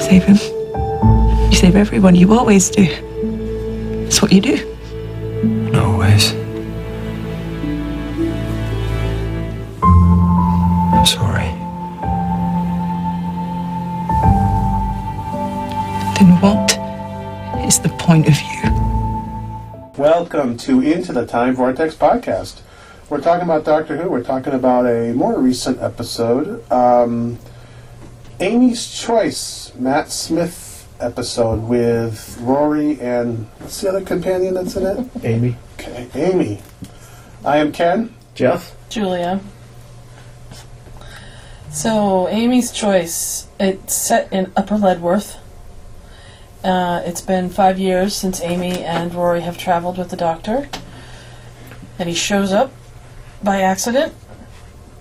save him. You save everyone. You always do. It's what you do. Not always. I'm sorry. Then what is the point of you? Welcome to Into the Time Vortex podcast. We're talking about Doctor Who. We're talking about a more recent episode, um, Amy's Choice, Matt Smith episode with Rory and what's the other companion that's in it? Amy. Okay, Amy. I am Ken. Jeff? Julia. So, Amy's Choice. It's set in Upper Ledworth. Uh, it's been five years since Amy and Rory have traveled with the doctor. And he shows up by accident,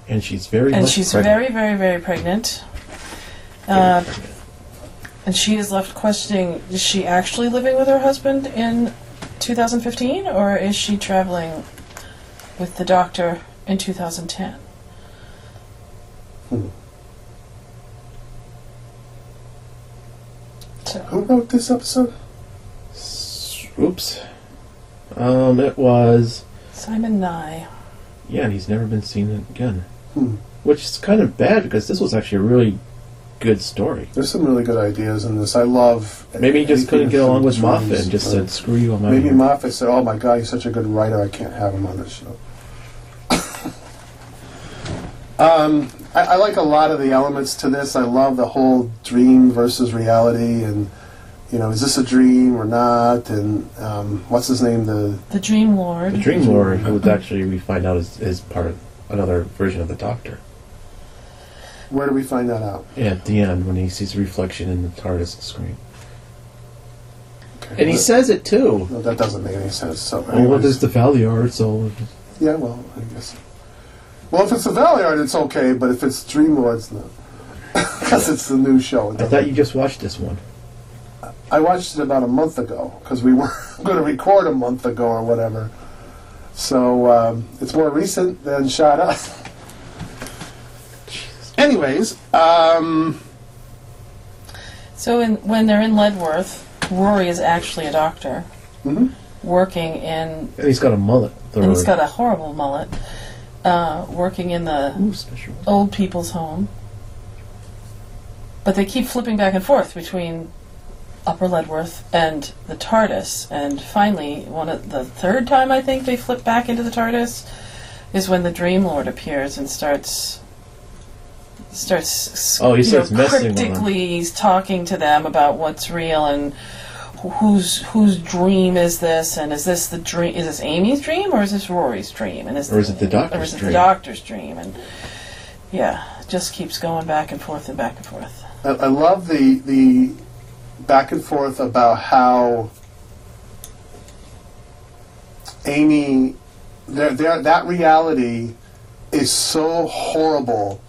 And she's very and much she's pregnant. very, very, very pregnant. Very Uh, pregnant. and she is left questioning is she actually living with her husband in 2015 or is she traveling with the doctor in 2010? Hmm. So, Who wrote this episode? S- Oops. Um, it was. Simon Nye. Yeah, and he's never been seen again. Hmm. Which is kind of bad because this was actually a really good story. There's some really good ideas in this. I love. Maybe he just anything couldn't get along with from Moffat Jones. and just Uh, said, screw you, I'm out Maybe here." Moffat said, "Oh my God, he's such a good writer. I can't have him on this show." um, I, I like a lot of the elements to this. I love the whole dream versus reality, and you know, is this a dream or not? And um, what's his name? The The Dream The Lord. Dream Lord, who was actually, we find out, is, is part of another version of the Doctor. where do we find that out? At the end, when he sees a reflection in the TARDIS screen. Okay. And he says it too. no, that doesn't make any sense. So, Oh, well, anyways. there's the Valiard, so. yeah, well, I guess. Well, if it's a Valiard, it's okay, but if it's Dream Lord, it's not. Because it's the new show. it I doesn't- thought you just watched this one. I watched it about a month ago because we were going to record a month ago or whatever. So um, it's more recent than Shot Up. Anyways, um, So in, when they're in Ledworth, Rory is actually a doctor Mm-hmm. Mhm. working in, And he's got a mullet. and he's got a horrible mullet, uh, working in the Ooh, special. old people's home. But they keep flipping back and forth between Upper Ledworth and the TARDIS. And finally, one of the third time I think they flip back into the TARDIS is when the Dream Lord appears and starts starts s- Oh, he you starts know, messing with them. cryptically he's talking to them about what's real and wh- whose whose dream is this and is this the dream is this Amy's dream or is this Rory's dream and Or is it the or doctor's is it dream? the doctor's dream and yeah it just keeps going back and forth and back and forth I, I love the the back and forth about how Amy, their, their, that reality is so horrible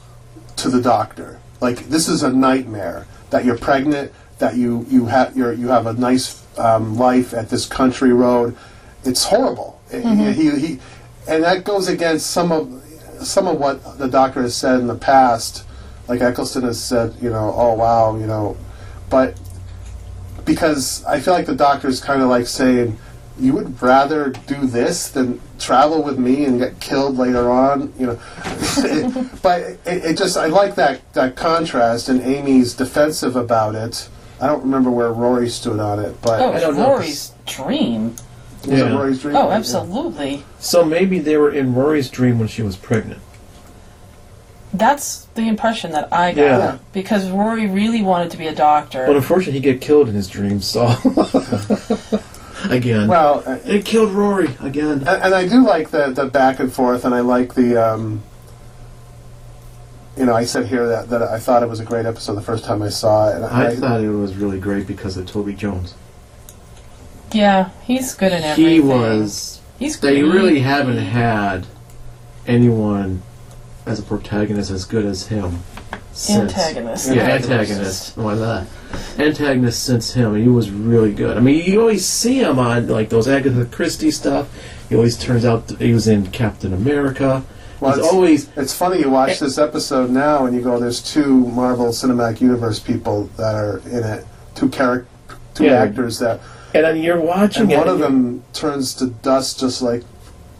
to the doctor. Like this is a nightmare that you're pregnant, that you you have your you have a nice um, life at this country road. It's horrible. He, he, he, and that goes against some of some of what the doctor has said in the past. Like Eccleston has said, you know, oh wow, you know, but because I feel like the doctor is kind of like saying, "You would rather do this than travel with me and get killed later on," you know. but it, it just I like that that contrast and Amy's defensive about it. I don't remember where Rory stood on it, but oh I it's don't know if Rory's dream was it Yeah. Rory's dream? oh absolutely So maybe they were in Rory's dream when she was pregnant. that's the impression that I got Yeah. because Rory really wanted to be a doctor But unfortunately, he got killed in his dream, so. again. Well, uh, it killed Rory again. and, and I do like the the back and forth, and I like the. Um, you know, I said here that, that I thought it was a great episode the first time I saw it. And I thought it was really great because of Toby Jones. yeah he's good in everything He was. he's good Mm-hmm. They really haven't had anyone as a protagonist as good as him since. antagonist Yeah, antagonist. Why that? Antagonist since him. He was really good. I mean, you always see him on like those Agatha Christie stuff. He always turns out he was in Captain America. Well, He's it's- always It's funny you watch this episode now and you go, "There's two Marvel Cinematic Universe people that are in it, two character, two Yeah. actors that, And then you're watching and it. one of and them turns to dust just like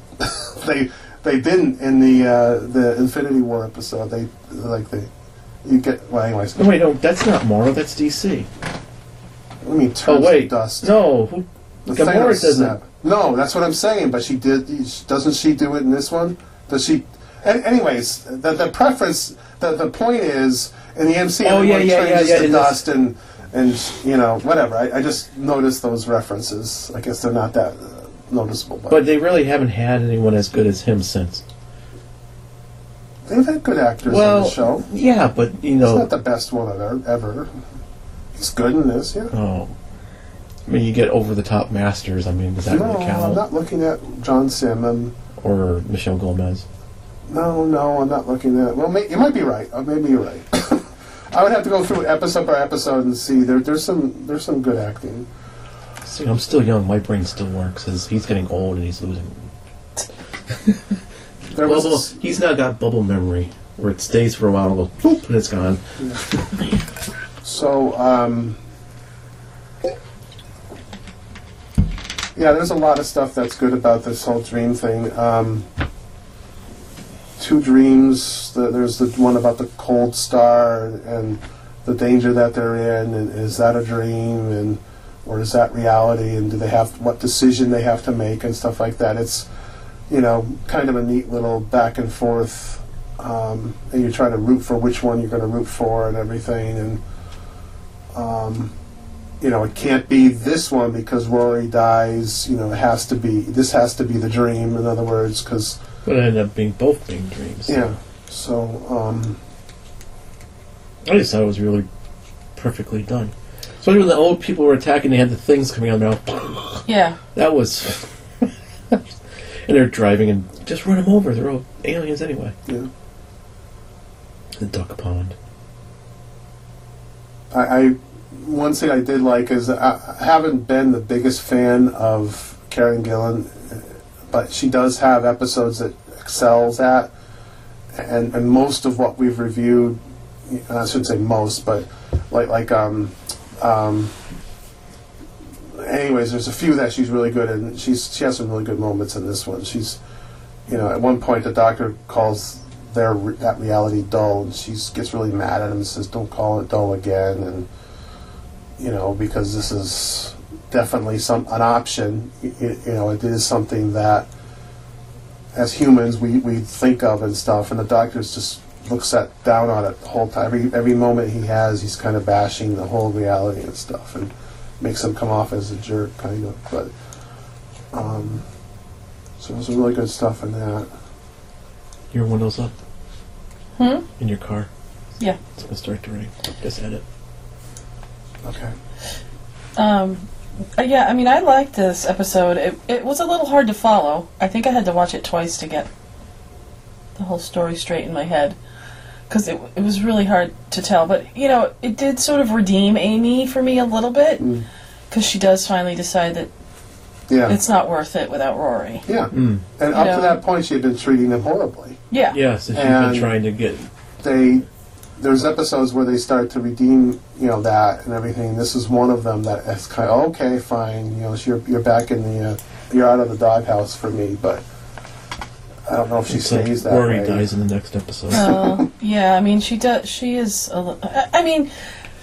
they they didn't in the uh, the Infinity War episode. They like they you get well, anyways. you- No, wait, no, that's not Marvel. That's DC. Let me turn Oh wait, to dust. no. Who, The Gamora Thanos doesn't. snap. No, that's what I'm saying. But she did. Doesn't she do it in this one? Does she? An- anyways, the, the preference. The, the point is in the MCU. Oh, yeah, everyone yeah, yeah, changes yeah, to in this- dust and and you know whatever. I, I just noticed those references. I guess they're not that uh, noticeable, but, but they really haven't had anyone as good as him since. they've had good actors on the show. yeah, but you It's know, not the best one ever. ever. He's good in this, yeah. oh, I mean, you get over the top masters. I mean, does that No, really I'm count? not looking at John Sim. I'm, Or Michelle Gomez? No, no, I'm not looking at. Well, may, you might be right. Uh, Maybe you're right. I would have to go through episode by episode and see. There, there's some, there's some good acting. See, I'm still young. My brain still works. As he's getting old and he's losing. There was Bubble. He's now got bubble memory, where it stays for a while and goes boop, and it's gone. so, um, yeah. There's a lot of stuff that's good about this whole dream thing. Um, two dreams. The, there's the one about the cold star and the danger that they're in, and is that a dream, and or is that reality, and do they have what decision they have to make, and stuff like that. It's you know kind of a neat little back and forth, um, and you try to root for which one you're going to root for, and everything, and um, you know it can't be this one because Rory dies. You know it has to be this has to be the dream. In other words, because But it ended up being both being dreams. yeah. So um, I just thought it was really perfectly done. So when the old people were attacking, they had the things coming out of their mouth. Yeah. That was. and they're driving and just run them over. They're all aliens anyway. yeah. The duck pond. I, I one thing I did like is I, I haven't been the biggest fan of Karen Gillan, but she does have episodes that excels at, and and most of what we've reviewed, I shouldn't say most, but like like um um. Anyways, there's a few that she's really good in. She's she has some really good moments in this one. She's, you know, at one point the doctor calls their that reality dull, and she gets really mad at him and says, "Don't call it dull again," and you know because this is definitely some an option. Y- y- you know, it is something that as humans we, we think of and stuff, and the doctor's just looks at down on it the whole time. Every every moment he has, he's kind of bashing the whole reality and stuff, and makes him come off as a jerk, kind of. But um, so there's some really good stuff in that. Your window's up Hmm? in your car. Yeah. It's going to start to rain. Just edit. Okay. Um, uh, yeah, I mean, I liked this episode. It, it was a little hard to follow. I think I had to watch it twice to get the whole story straight in my head. Because it, it was really hard to tell. But, you know, it did sort of redeem Amy for me a little bit. Mm. Because she does finally decide that Yeah. it's not worth it without Rory. yeah. Mm. And You up know. to that point, she had been treating them horribly. Yeah. Yeah, since you've And- been trying to get. They, there's episodes where they start to redeem, you know, that and everything. This is one of them that is kind of okay, fine. You know, so you're you're back in the, uh, you're out of the doghouse for me, but I don't know if she Except stays that Rory way. dies in the next episode. Uh, yeah, I mean, she does. She is. A li- I- I mean,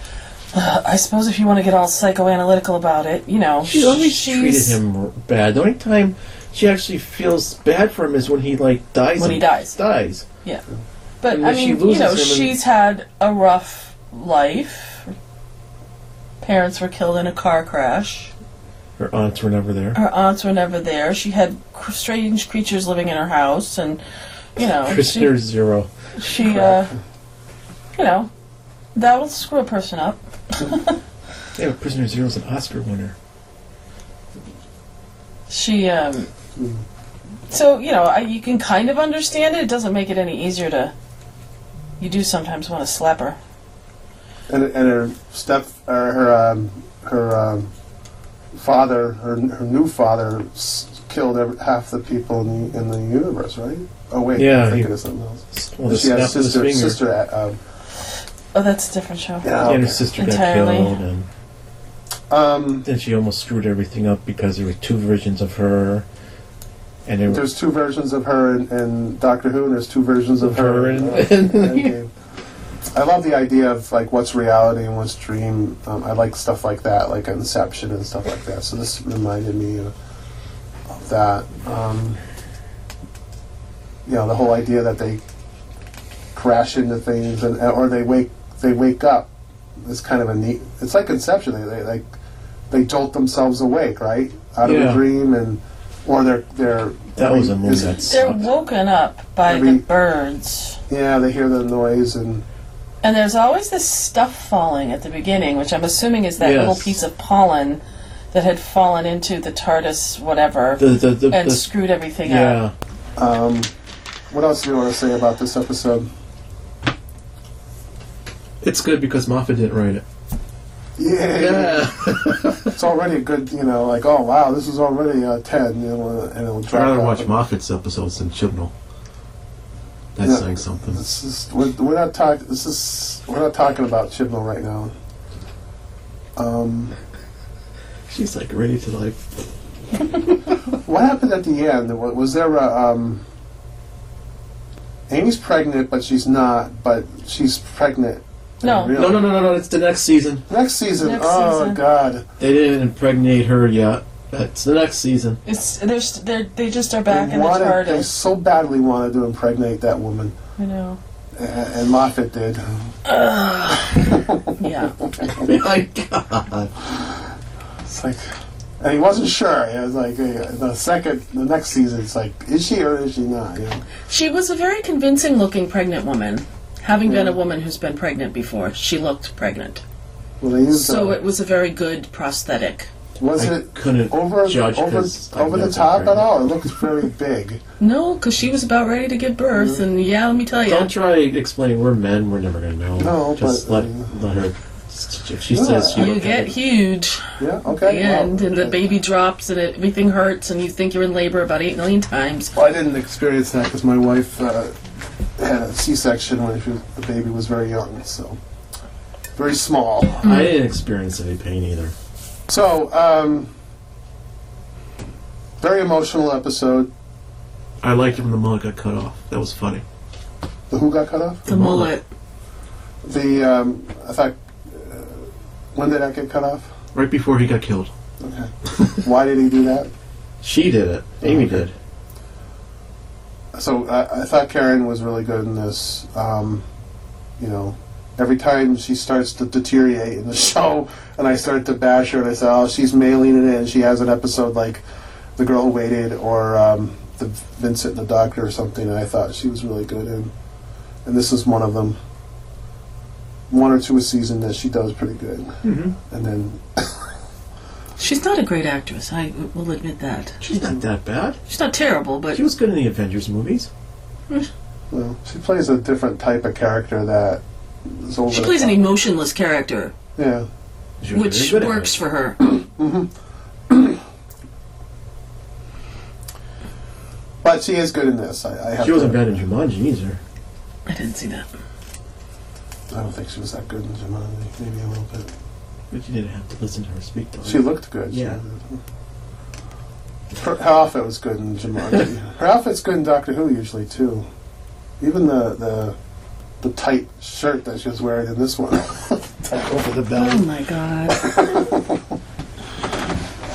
uh, I suppose if you want to get all psychoanalytical about it, you know, She always treated she's- him r- bad. The only time she actually feels bad for him is when he like dies. When he and dies. Dies. But And I then she mean, you loses know, him and- she's had a rough life. Her parents were killed in a car crash. Her aunts were never there. Her aunts were never there. She had cr- strange creatures living in her house, and you know, Prisoner zero. she, she uh, you know, that'll screw a person up. Yeah, but Prisoner Zero is an Oscar winner. She, um, so you know, I, you can kind of understand it. It doesn't make it any easier to. You do sometimes want to slap her. and and her step or her um, her um, father, her her new father, s- killed ev half the people in the, in the universe, right? Oh wait, Yeah, I'm thinking he- of something else. Well, the she had snap of his sister, finger. sister, uh, um, Oh, that's a different show. yeah, Yeah, and okay. her sister got Entirely. killed, and Um, then she almost screwed everything up because there were two versions of her, and there there's two versions of her in, in Doctor Who, and there's two versions of her. Her in, uh, and- Endgame. I love the idea of like what's reality and what's dream. Um, I like stuff like that, like Inception and stuff like that. So this reminded me of, of that. Um, you know, the whole idea that they crash into things and or they wake they wake up. It's kind of a neat. It's like Inception. They, they like they jolt themselves awake, right, out of Yeah. a dream, and or they're they're that was a movie is- that They're sucked. woken up by Every- the birds. Yeah, they hear the noise and And there's always this stuff falling at the beginning, which I'm assuming is that little Yes. piece of pollen that had fallen into the TARDIS, whatever, The, the, the, and the- screwed everything up. yeah, um, what else do you want to say about this episode? It's good because Moffat didn't write it. Yeah, it's already a good, you know, like oh wow, this is already a ten, you know, and it'll I'd drop. rather off. watch Moffat's episodes than Chibnall. That's Yeah. saying something. This is we're, we're not talking. This is we're not talking about Chibnall right now. Um, She's like ready to like. what happened at the end? Wa- Was there a um, Amy's pregnant, but she's not, but she's pregnant. No. Really? No, no, no, no, no. It's the next season. Next season. Next oh season. God. They didn't impregnate her yet. It's the next season. It's they're, st- they're they just are back they in the wanted, They TARDIS. so badly wanted to impregnate that woman, You know. a- and Moffat did. Yeah. Oh My God. It's like, and he wasn't sure. It was like hey, the second, the next season. It's like, is she or is she not? You know? she was a very convincing looking pregnant woman. Having been a woman who's been pregnant before, she looked pregnant. Well, they used So a- it was a very good prosthetic. was I it couldn't over judge over 'cause I've over the never top been at all? It looked very big. No, because she was about ready to give birth, and yeah, let me tell you. Don't try explaining. We're men. We're never gonna know. No, just but- let let her. If she No, says she I- you looked at get it- huge. Yeah. the Okay. well, end and the baby drops and it, everything hurts and you think you're in labor about 8 million times. Well, I didn't experience that because my wife uh, had a C-section when she was, the baby was very young, so very small. I didn't experience any pain either. So, um, very emotional episode. I liked it when the mullet got cut off. That was funny. The Who got cut off? The mullet. The, um, in fact, uh, when did that get cut off? Right before he got killed. Okay. Why did he do that? She did it. Amy did. So I I thought Karen was really good in this. Um, you know, every time she starts to deteriorate in the show, and I start to bash her, and I say, "Oh, she's mailing it in." She has an episode like "The Girl Who Waited" or um, "The Vincent and the Doctor" or something, and I thought she was really good in. And this is one of them. One or two a season that she does pretty good, Mm-hmm. and then She's not a great actress, I will admit that. She's not that bad. She's not terrible, but She was good in the Avengers movies. well, she plays a different type of character that is over. she the plays an top. emotionless character, yeah. She was very which good at works it. for her. But she is good in this. I, I have She to- wasn't bad in Jumanji either. I didn't see that. I don't think she was that good in Jumanji. Maybe a little bit. But you didn't have to listen to her speak. Though. She looked good. She- Yeah. Her, her outfit was good in Jumanji. her outfit's good in Doctor Who usually too. Even the the the tight shirt that she was wearing in this one, tight over the Oh belly. my god.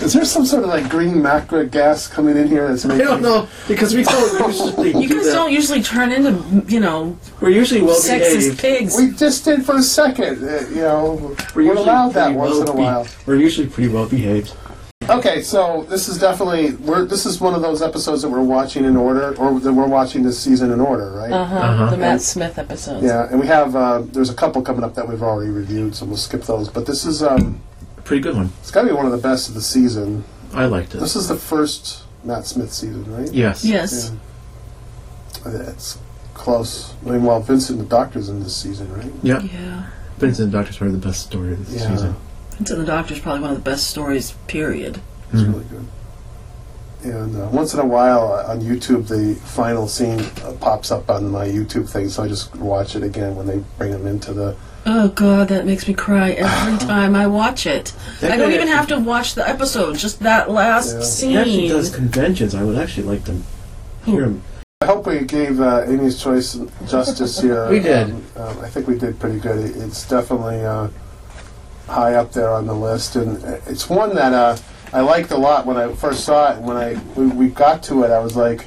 Is there some sort of like green macra gas coming in here that's I making? don't know because we don't usually You do guys that. don't usually turn into, you know, We're usually well sexist behaved. pigs. We just did for a second. uh, you know, We're we're usually allowed that pretty once well in a be- while. We're usually pretty well behaved. Okay, so this is definitely we're this is one of those episodes that we're watching in order, or that we're watching this season in order, right? Uh-huh. Uh-huh. The Matt Smith episodes. Yeah, and we have uh, there's a couple coming up that we've already reviewed, so we'll skip those. But this is um, Pretty good one. it's got to be one of the best of the season. I liked it. This is the first Matt Smith season, right? Yes. Yes. Yeah. It's close. I mean, well, Vincent the Doctor's in this season, right? Yep. Yeah. Vincent and Doctor's probably the best story of this Yeah. season. Into the Doctor's probably one of the best stories, period. It's really good. And uh, once in a while uh, on YouTube, the final scene uh, pops up on my YouTube thing, so I just watch it again when they bring them into the. Oh god, that makes me cry every time I watch it. I don't even have to watch the episode, just that last Yeah. He actually scene. does conventions. I would actually like to hear him. I hope we gave uh, Amy's choice justice here. We did. Um, um, I think we did pretty good. It, it's definitely uh, high up there on the list, and it's one that uh, I liked a lot when I first saw it. When I we, we got to it, I was like,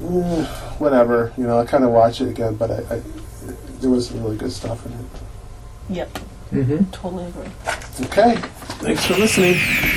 "Mm, whatever, you know. I kind of watch it again, but I, I, there was some really good stuff in it. Yep, Mm-hmm. totally agree. Okay. Thanks for listening.